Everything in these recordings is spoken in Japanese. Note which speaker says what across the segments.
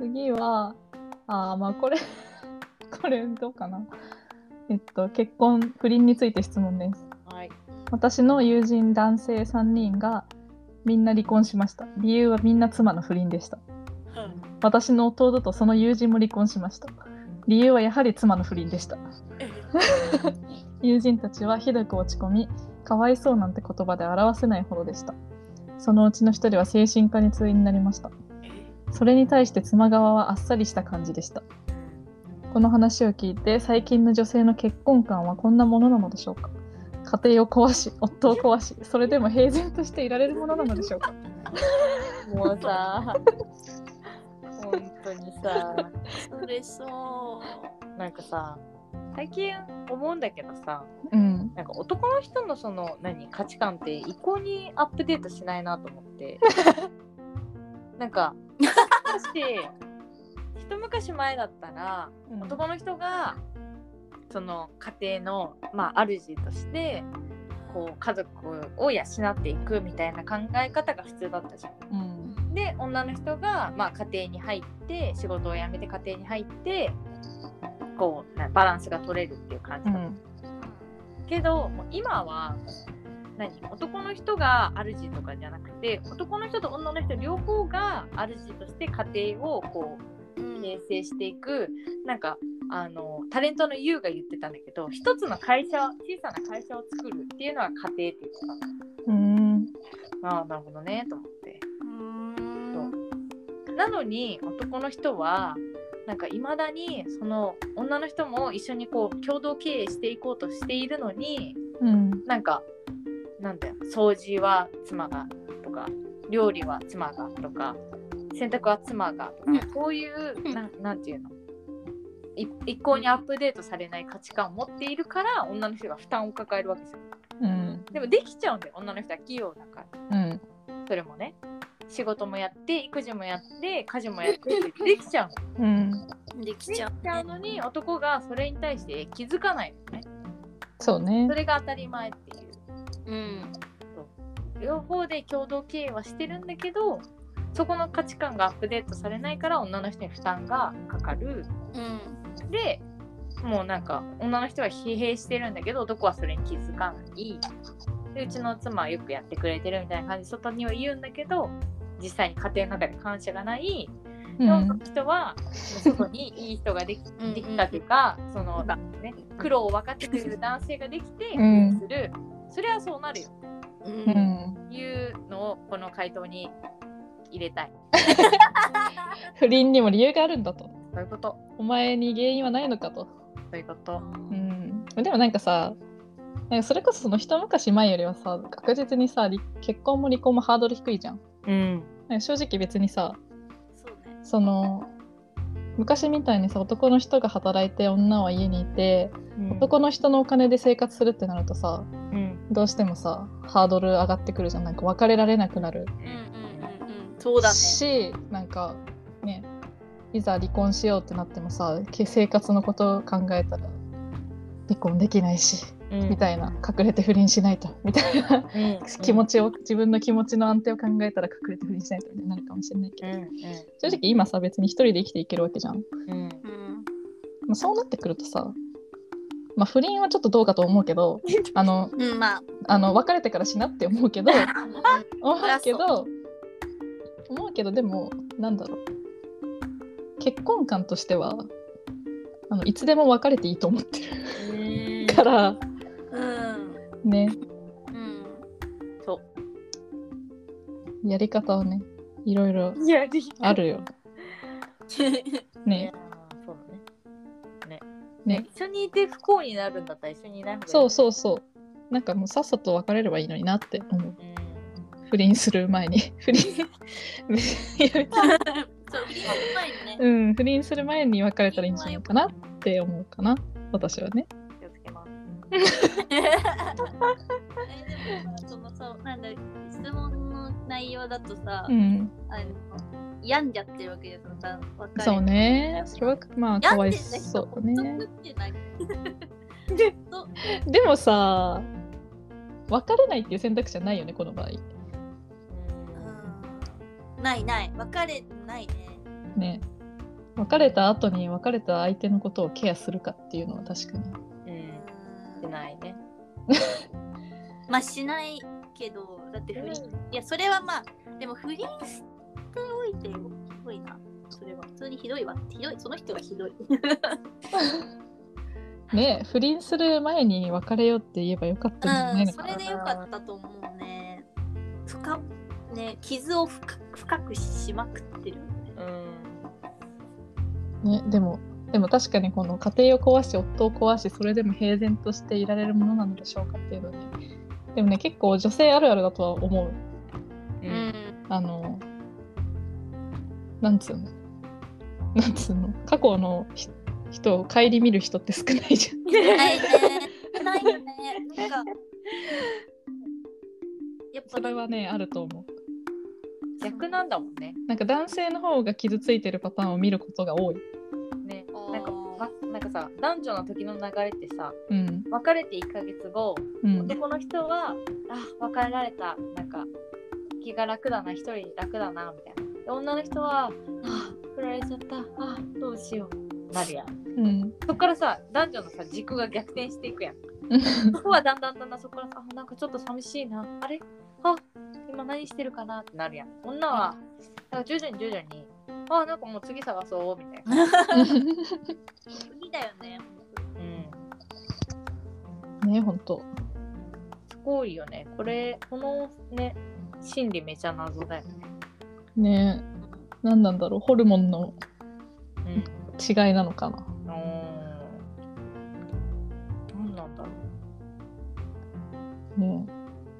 Speaker 1: 次は、あーまあこれ、 これどうかな。えっと、結婚、不倫について質問です。
Speaker 2: はい。
Speaker 1: 私の友人男性3人がみんな離婚しました。理由はみんな妻の不倫でした。私の弟とその友人も離婚しました。理由はやはり妻の不倫でした。 友人たちはひどく落ち込み、かわいそうなんて言葉で表せないほどでした。そのうちの一人は精神科に通院になりました。それに対して妻側はあっさりした感じでした。この話を聞いて最近の女性の結婚観はこんなものなのでしょうか家庭を壊し夫を壊しそれでも平然としていられるものなのでしょうか
Speaker 2: もうさ、本当にさ、
Speaker 3: それそ
Speaker 2: なんかさ、最近思うんだけどさ、
Speaker 1: うん
Speaker 2: なんか男の人のその何価値観って一向にアップデートしないなと思って。なんか昔一昔前だったら男の人がその家庭のまあ主としてこう家族を養っていくみたいな考え方が普通だったじゃん。
Speaker 1: うん
Speaker 2: で女の人が、まあ、家庭に入って仕事を辞めて家庭に入ってこうなバランスが取れるっていう感
Speaker 1: う
Speaker 2: じだった、
Speaker 1: ん
Speaker 2: けどもう今は何男の人が主とかじゃなくて男の人と女の人両方が主として家庭をこう
Speaker 3: う。
Speaker 2: 形成していくなんかあのタレントの優が言ってたんだけど一つの会社小さな会社を作るっていうのは家庭って言って
Speaker 1: うん
Speaker 2: たああなるほどねと思って
Speaker 3: うん
Speaker 2: なのに男の人はなんかいまだにその女の人も一緒にこう共同経営していこうとしているのに
Speaker 1: うん
Speaker 2: なんかなんだよ掃除は妻がとか料理は妻がとか洗濯は妻がとかこういうななんていうのい一向にアップデートされない価値観を持っているから女の人が負担を抱えるわけですよ
Speaker 1: うん
Speaker 2: でもできちゃうんだよ女の人は器用だから
Speaker 1: うん
Speaker 2: それもね仕事もやって育児もやって家事もやってってできちゃうの
Speaker 1: うん
Speaker 3: でき
Speaker 2: でき
Speaker 3: ち
Speaker 2: ち
Speaker 3: ゃ
Speaker 2: ゃ
Speaker 3: うね。
Speaker 2: うのに男がそれに対して気づかないのね
Speaker 1: そうね
Speaker 2: それが当たり前っていう
Speaker 3: うん。
Speaker 2: 両方で共同経営はしてるんだけどそこの価値観がアップデートされないから女の人に負担がかかる
Speaker 3: うん。
Speaker 2: でもうなんか女の人は疲弊してるんだけど男はそれに気づかないでうちの妻はよくやってくれてるみたいな感じで外には言うんだけど実際に家庭の中で感謝がない、
Speaker 1: う
Speaker 2: で女
Speaker 1: ん
Speaker 2: の人は外にいい人ができ
Speaker 3: うん
Speaker 2: できたというかその、ね、苦労を分かってくれる男性ができ
Speaker 1: う
Speaker 2: て苦
Speaker 1: ん
Speaker 2: 労する、それはそうなるよ
Speaker 1: う
Speaker 3: う。
Speaker 1: んん
Speaker 2: いうのをこの回答に入れたい。
Speaker 1: 不倫にも理由があるんだと
Speaker 2: そういうこと。
Speaker 1: お前に原因はないのかと
Speaker 2: そういうこと。
Speaker 1: うんでもなんかさなんかそれこそその一昔前よりはさ確実にさ離結婚も離婚もハードル低いじゃん
Speaker 2: うん。
Speaker 1: なんか正直別にさ
Speaker 3: そうね。
Speaker 1: その昔みたいにさ男の人が働いて女は家にいて男の人のお金で生活するってなるとさ
Speaker 2: うん。
Speaker 1: どうしてもさハードル上がってくるじゃんなんか別れられなくなる
Speaker 3: うんうんうんうん。そうだね。
Speaker 1: しなんかねいざ離婚しようってなってもさけ生活のことを考えたら離婚できないし
Speaker 2: うん。
Speaker 1: みたいな隠れて不倫しないとみたいな
Speaker 2: うん。
Speaker 1: 気持ちを自分の気持ちの安定を考えたら隠れて不倫しないとみたいになるかもしれないけ
Speaker 2: う
Speaker 1: ど
Speaker 2: ん。
Speaker 1: 正直今さ別に一人で生きていけるわけじゃん。
Speaker 2: うん。
Speaker 3: うん。
Speaker 1: まあ、そうなってくるとさ、まあ、不倫はちょっとどうかと思うけどあの
Speaker 3: うん。まあ。
Speaker 1: あの別れてからしなって思うけど思うけど思うけどでもなんだろう結婚観としてはあのいつでも別れていいと思ってる
Speaker 2: うん。
Speaker 1: から
Speaker 3: うん。
Speaker 1: ね
Speaker 3: うん。
Speaker 2: そ
Speaker 1: やり方はねいろいろ
Speaker 2: う。いや、でき
Speaker 1: あ。るよ。ね
Speaker 2: そうだね。
Speaker 1: ね。
Speaker 2: 一緒にいて不幸になるんだったら一緒にいない方がいい。
Speaker 1: そうそうそうなんかもうさっさと別れればいいのになって思う
Speaker 2: うん。
Speaker 1: 不倫する前に不倫やめて
Speaker 3: そう、見たことないね。
Speaker 1: うん、不倫する前に別れたらいいんじゃないかなって思うかな、私はね。
Speaker 2: 気をつけます。
Speaker 3: えでもさそのさなんだ質問の内容だとさ、
Speaker 1: うん、
Speaker 3: あの病んじゃってるわけですよさ若い
Speaker 1: そうね。それはまあ、かわ
Speaker 3: 病ん
Speaker 1: い
Speaker 3: でんだけ
Speaker 1: そ
Speaker 3: ど
Speaker 1: うだね
Speaker 3: ほ。っとくってない
Speaker 1: でもさ、別れないっていう選択肢はないよね、この場合。
Speaker 3: うんないない別れないね
Speaker 1: ね。別れた後に別れた相手のことをケアするかっていうのは確かに
Speaker 2: うん。しないね。
Speaker 3: まあしないけど、だって不倫。いや、それはまあ、でも不倫しておいてよ。ひどいな。それは普通にひどいわ。ひどい。その人がひどい。
Speaker 1: ねえ不倫する前に別れようって言えばよかったんじゃな
Speaker 3: う
Speaker 1: い
Speaker 3: ん、
Speaker 1: の
Speaker 3: そ
Speaker 1: か
Speaker 3: れ
Speaker 1: な、
Speaker 3: でよかったと思うね。深ね、傷を深く深くしまくってるよね。
Speaker 2: うん。
Speaker 1: ね、でもでも確かにこの家庭を壊し夫を壊しそれでも平然としていられるものなのでしょうかっていうのねでもね結構女性あるあるだとは思う
Speaker 2: う。
Speaker 3: うん ん。
Speaker 1: あのなんつうのなんつうの過去のひ人を顧みる人って少ないじゃん
Speaker 3: ないね。ないよね。なんか。やっぱ
Speaker 1: それはねあると思う
Speaker 2: 逆なんだもんね。
Speaker 1: なんか男性の方が傷ついてるパターンを見ることが多い
Speaker 2: ね。
Speaker 3: あー
Speaker 2: なんか、ま、なんかさ、男女の時の流れってさ、
Speaker 1: うん
Speaker 2: 別れて1ヶ月後、
Speaker 1: うん
Speaker 2: 男の人は、あ、別れられた。なんか、気が楽だな、一人楽だな、みたいな。で女の人は、あ、振られちゃった。あ、どうしよう。なるやん。
Speaker 1: うん
Speaker 2: そこからさ男女のさ軸が逆転していくやん。そこはだんだんだんだんそこからあなんかちょっと寂しいなあれあ今何してるかなってなるやん。女はなんか徐々に徐々にあなんかもう次探そうみたいな。
Speaker 3: 国だよね。
Speaker 2: うん、
Speaker 1: ね本当
Speaker 2: すごいよね。これこのね心理めちゃ謎だよね。
Speaker 1: ね何なんだろうホルモンの
Speaker 2: うん
Speaker 1: 違いなのかな
Speaker 2: うーん。何なんだろう。
Speaker 1: ね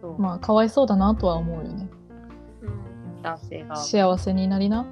Speaker 2: そう
Speaker 1: まあかわいそうだなとは思うよね
Speaker 3: うん。
Speaker 2: 男性が。
Speaker 1: 幸せになりな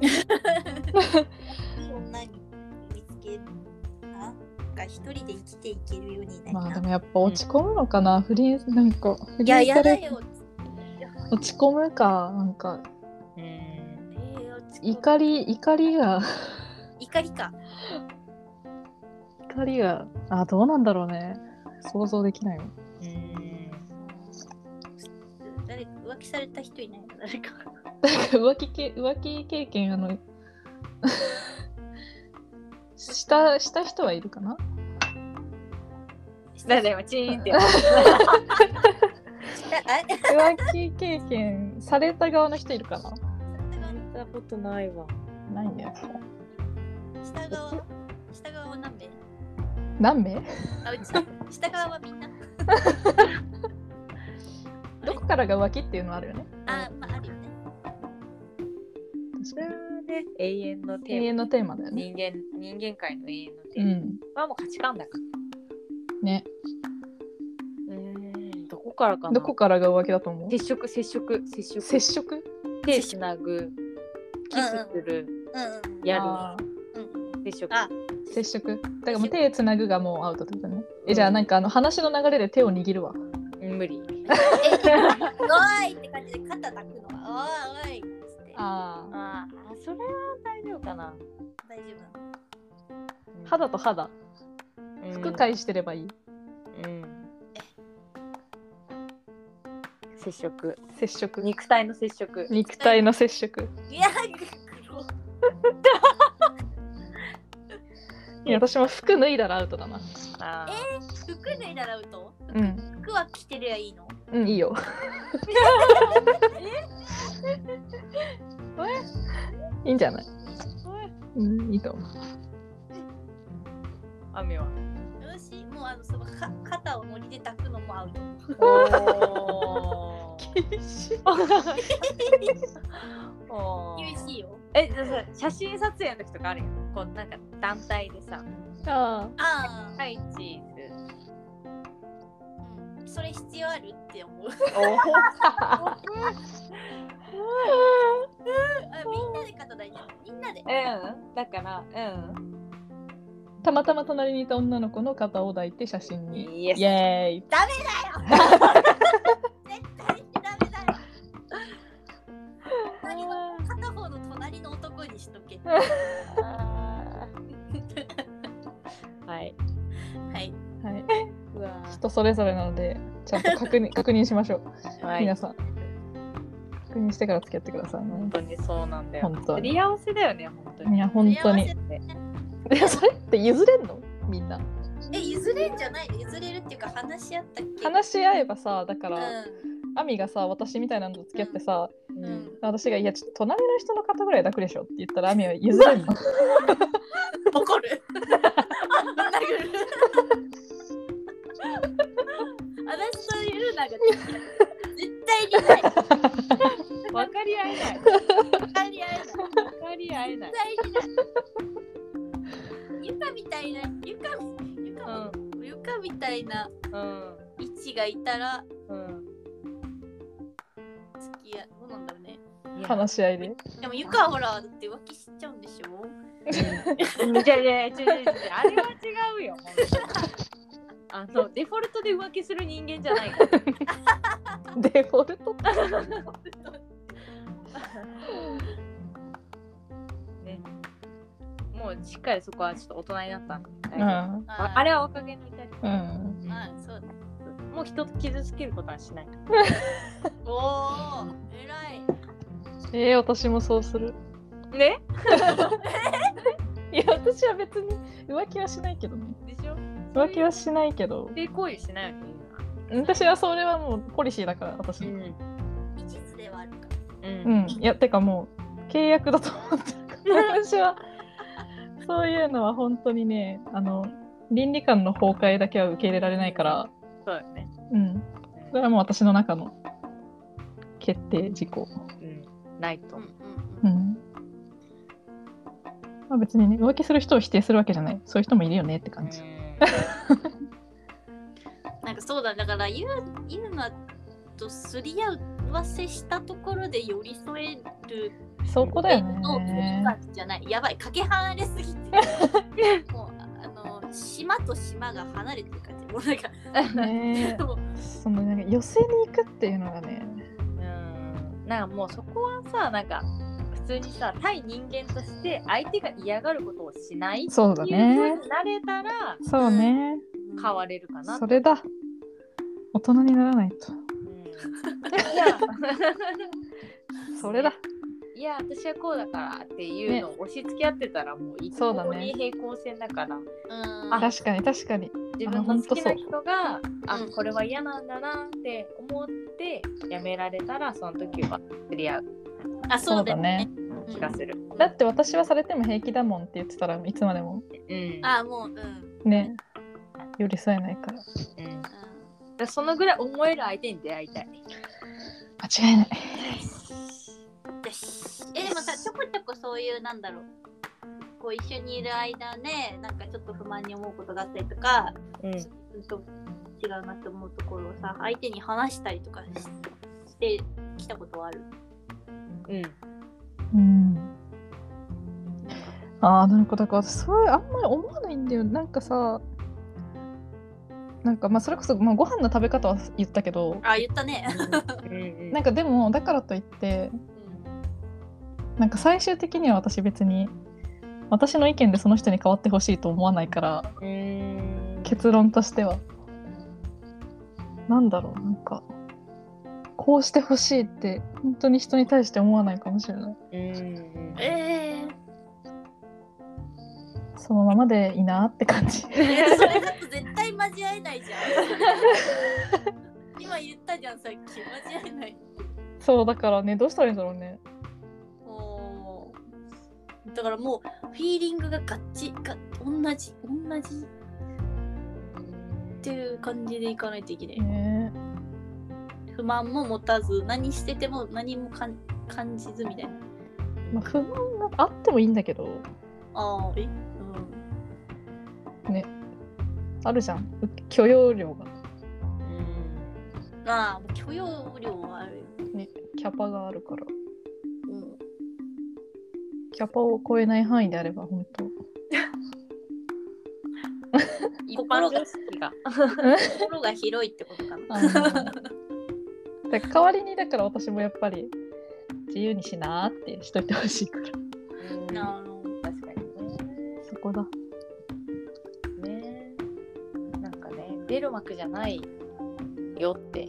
Speaker 1: い
Speaker 3: い女に見つけたが一人で生きていけるようになり
Speaker 1: まあで
Speaker 3: たい。
Speaker 1: もやっぱ落ち込むのかな、不倫なんか不
Speaker 3: いや、
Speaker 1: 倫
Speaker 3: や
Speaker 1: さ
Speaker 3: だ
Speaker 1: れ
Speaker 3: よ。
Speaker 1: 落ち込むかなんか
Speaker 2: うん。
Speaker 1: 怒り怒りが
Speaker 3: 怒りか。
Speaker 1: 怒りがあどうなんだろうね想像できないわ
Speaker 2: うん。
Speaker 3: 誰か浮気された人いないの誰か。
Speaker 1: 浮気け浮気経験あの したした人はいるかな
Speaker 2: だから今チーン って。
Speaker 3: あ
Speaker 1: 浮気経験された側の人いるかな
Speaker 2: 見たことないわ。
Speaker 1: ないんだよ
Speaker 3: 下側下側は何名
Speaker 1: 何名
Speaker 3: あうち下側はみんな。
Speaker 1: どこからが浮気っていうのはあるよね
Speaker 3: あ、まああるよね。
Speaker 1: 確かに
Speaker 2: ね、永遠のテ
Speaker 1: 永
Speaker 2: ー
Speaker 1: 遠のテーマだよ
Speaker 2: マ。
Speaker 1: ね
Speaker 2: 人間、人間界の永遠のテ
Speaker 1: う
Speaker 2: ーマ。
Speaker 1: ん
Speaker 2: まあもう価値観だから。
Speaker 1: ね
Speaker 2: うーん、どこからかな。
Speaker 1: どこからが浮気だと思う
Speaker 2: 接触、接触、接触。
Speaker 1: 接触
Speaker 2: 手つなぐ。キスする。
Speaker 3: うんうん。
Speaker 2: やる。
Speaker 1: あー
Speaker 3: うんうん
Speaker 2: 接触。
Speaker 3: あ
Speaker 1: 接触だからもう手つなぐがもうアウトってことねえじゃあなんかあの話の流れで手を握るわ
Speaker 2: うん無
Speaker 3: え、
Speaker 2: 理。
Speaker 3: おいって感じで肩抱くのは、おいおいっつって。
Speaker 1: あー
Speaker 2: ああ、それは大丈夫かな。
Speaker 3: 大丈夫なの
Speaker 1: 肌と肌
Speaker 2: うん
Speaker 1: 服返してればいい、
Speaker 2: うん。接触。
Speaker 1: 接触
Speaker 2: 肉体の接触。
Speaker 1: 肉体の接触
Speaker 3: いや、黒。
Speaker 1: いや私も服脱いだらアウトだな
Speaker 2: あー
Speaker 3: 服脱いだらアウト
Speaker 1: うん
Speaker 3: 服は着てりゃいいの
Speaker 1: うんいい よいいんじゃないうんいいと思う
Speaker 2: 雨は。
Speaker 3: 私、もうあの、そのか肩をノリで抱くのもアウト。
Speaker 2: おー おー
Speaker 3: 厳しいよ。
Speaker 2: え、じゃあさ写真撮影の時とかあるよ。こうなんか団体でさ、
Speaker 1: あ
Speaker 3: ああ、
Speaker 2: はい、チーズ。
Speaker 3: うんそれ必要あるって思う。 あみんなで肩抱いてる。みんなで。
Speaker 2: うん、だから、
Speaker 1: ーたまたま隣にいた女の子の肩を抱いて写真
Speaker 2: うん。
Speaker 1: に
Speaker 2: イエ
Speaker 1: イエーイ
Speaker 3: 大事ダメだよ。隣の片方の隣の男にしとけ。は
Speaker 2: はい。
Speaker 3: い。
Speaker 1: はい、
Speaker 2: うわ
Speaker 1: 人それぞれなのでちゃんと確認確認しましょう
Speaker 2: は
Speaker 1: 皆
Speaker 2: い。
Speaker 1: さん確認してから付き合ってくださいね
Speaker 2: 本。当にそうなんだよ。
Speaker 1: 本当
Speaker 2: す
Speaker 1: に。
Speaker 2: り合わせだよね、本当
Speaker 1: い
Speaker 2: に。
Speaker 1: や、本当に。
Speaker 3: 幸
Speaker 1: いや、それって譲れんのみんな。
Speaker 3: せえ、譲れんじゃないの譲れるっていうか、話し合ったっけ
Speaker 1: 話し合えばさ、だから、
Speaker 3: う
Speaker 1: アミがさ、私みたいなのと付き合ってさ、
Speaker 3: ん。うん。
Speaker 1: 私が、いや、ちょっと隣の人の方ぐらい楽でしょって言ったら、アミは譲れんの。
Speaker 3: 怒る。殴る。私そういうなんか絶対にない。絶
Speaker 2: 分かり合えない。
Speaker 3: 対に会えない。
Speaker 2: 分かり合えない
Speaker 3: 絶。対にない。ゆかみたいなゆかゆ
Speaker 2: う
Speaker 3: か
Speaker 2: ん、
Speaker 3: ゆかみたいな
Speaker 2: うん、
Speaker 3: 位置がいたら
Speaker 2: うん。
Speaker 3: 付き合いどうなんだろうね。
Speaker 2: いや
Speaker 1: 話し合いで。
Speaker 3: でもゆかはほらだって浮気しちゃうんでしょ。
Speaker 2: じゃじゃじゃじゃあれは違うよ。本当にあのデフォルトで浮気する人間じゃないから。
Speaker 1: デフォルトって
Speaker 2: ね。もうしっかりそこはちょっと大人になったんで。
Speaker 1: う
Speaker 2: 大丈夫あ
Speaker 1: ん。
Speaker 2: あれは若気の至り。
Speaker 1: うん。
Speaker 3: あそうだ。
Speaker 2: もう人を傷つけることはしない。
Speaker 3: おお偉い。
Speaker 1: えー、私もそうする。
Speaker 2: ね。
Speaker 1: いや、私は別に浮気はしないけどね。
Speaker 2: でしょ。
Speaker 1: 浮気はしないけど、
Speaker 2: で行為しないよね。
Speaker 1: 私はそれはもうポリシーだから、私の。
Speaker 2: ん。
Speaker 3: 一途ではあるか。
Speaker 2: うん
Speaker 1: うん。いや、てかもう、契約だと思ってるから、私 は。そういうのは本当にね、あの、倫理観の崩壊だけは受け入れられないから、
Speaker 2: そうだよね。
Speaker 1: うん。それはもう私の中の決定事項。
Speaker 2: うん。ないと
Speaker 3: うんう
Speaker 2: 思う。
Speaker 1: うんん。まあ別にね、浮気する人を否定するわけじゃない。そういう人もいるよねって感じ。
Speaker 3: うん。なんかそうだだからゆゆまとすり合わせしたところで寄り添える
Speaker 1: そこだよね。
Speaker 3: じゃない。やばい、かけ離れすぎて。もう、あの、島と島が離れてる感じ。もうなんか、
Speaker 1: ね
Speaker 3: もう
Speaker 1: そのなんか寄せに行くっていうのがね
Speaker 2: うん。なんかもうそこはさ、なんか普通にさ、対人間として相手が嫌がることをしないって
Speaker 1: そうだ
Speaker 2: いうふう
Speaker 1: ね
Speaker 2: になれたら
Speaker 1: そうね
Speaker 2: 変われるかな
Speaker 1: そ。れだ大人にならないと
Speaker 2: うんいや
Speaker 1: それだ
Speaker 2: いや私はこうだからっていうのを押し付け合ってたらもう一
Speaker 1: そうだ
Speaker 2: 向
Speaker 1: ね
Speaker 2: に平行線だから
Speaker 3: うん。
Speaker 2: あ
Speaker 1: 確かに確かに
Speaker 2: 自分の好きな人があ
Speaker 3: うん
Speaker 2: これは嫌なんだなって思ってやめられたらその時は釣り合う
Speaker 3: あ、そうだよね。
Speaker 2: 気がする。
Speaker 1: だって私はされても平気だもんって言ってたらいつまでも
Speaker 2: うん
Speaker 3: あ、もう、うんうん。
Speaker 1: ね寄り添えないから
Speaker 2: うんでそのぐらい思える相手に出会いたい。
Speaker 1: 間違いない
Speaker 3: よし。え、でもさ、ちょこちょこそういう、なんだろう。こう一緒にいる間ね、なんかちょっと不満に思うことがあったりとか、
Speaker 2: うん
Speaker 3: うんと違うなって思うところをさ、相手に話したりとかししてきたことはある。
Speaker 2: うん
Speaker 1: うんああなんかだから私それあんまり思わないんだよなんかさなんかまあそれこそ、まあ、ご飯の食べ方は言ったけど
Speaker 3: あ、言ったね。
Speaker 2: うん
Speaker 1: なんかでもだからといってなんか最終的には私別に私の意見でその人に変わってほしいと思わないから
Speaker 2: うん
Speaker 1: 結論としてはなんだろうなんかこうしてほしいって本当に人に対して思わないかもしれない
Speaker 2: うん
Speaker 3: ええ
Speaker 1: そのままでいいなって感じ
Speaker 3: いやそれだと絶対交わえないじゃん。今言ったじゃん、さっき。交わえない。
Speaker 1: そうだからねどうしたらいいんだろうね
Speaker 3: おーだからもう、フィーリングがガッチが同じ、同じっていう感じでいかないといけない。
Speaker 1: ね
Speaker 3: 不満も持たず、何してても何もかん感じずみたいな。
Speaker 1: まあ、不満があってもいいんだけど
Speaker 3: ああ、え
Speaker 1: あるじゃんう許容量が
Speaker 3: うん。まあ、許容量はあるよ。
Speaker 1: ねキャパがあるから
Speaker 3: うん。
Speaker 1: キャパを超えない範囲であれば本当
Speaker 2: 一般
Speaker 3: 心が
Speaker 2: 常識が。
Speaker 3: 心が広いってことかな。
Speaker 1: あのだから代わりにだから私もやっぱり自由にしなーってしといてほしいから
Speaker 2: うん
Speaker 3: あの
Speaker 2: 確かにね
Speaker 1: そこだ
Speaker 2: ねなんかね出る幕じゃないよって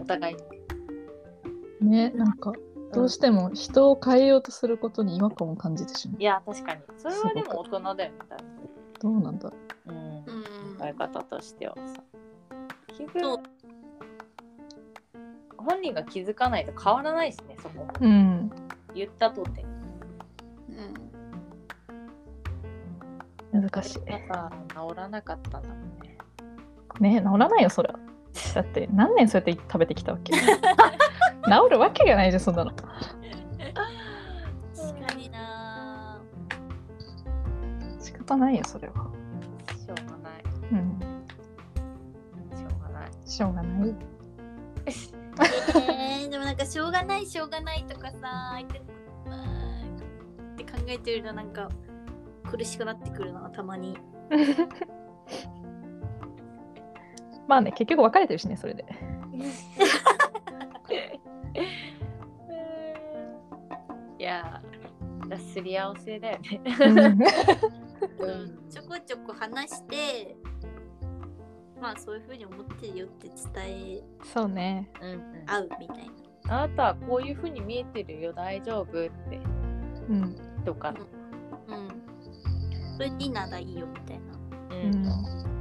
Speaker 2: お互いに
Speaker 1: ねなんかどうしても人を変えようとすることに違和感を感じてしまう
Speaker 2: いや確かにそれはでも大人だよみたい
Speaker 1: どうなんだろ
Speaker 2: な、うん
Speaker 3: う、ん。
Speaker 2: 考え方としてはさ気
Speaker 3: そ
Speaker 2: 分
Speaker 3: う
Speaker 2: 本人が気づかないと変わらないしねそこ
Speaker 1: ううん
Speaker 2: 言ったとて
Speaker 3: うん
Speaker 1: 難しい
Speaker 2: やっぱさ治らなかったんだもん
Speaker 1: ね
Speaker 2: ね
Speaker 1: 治らないよそりゃだって何年そうやって食べてきたわ け治るわけがないじゃんそんなの
Speaker 3: 確かにな
Speaker 1: 仕方ないよそれは
Speaker 2: しょうがない
Speaker 1: うん
Speaker 2: しょうが ない
Speaker 1: しょうがない
Speaker 3: えー、でもなんかしょうがないしょうがないとかさ相手のことって考えてるのなんか苦しくなってくるなたまに
Speaker 1: まあね結局別れてるしねそれで
Speaker 2: いやーだすり合わせだよね
Speaker 3: ちょこちょこ話してまあそういうふうに思ってるよって伝え
Speaker 1: そうね
Speaker 2: うんうん
Speaker 3: 合うみたいな
Speaker 2: あなたはこういう風に見えてるよ大丈夫って
Speaker 1: うん
Speaker 2: とか、
Speaker 3: うんそれディナーがいいよみたいな
Speaker 2: う
Speaker 1: うん
Speaker 2: ん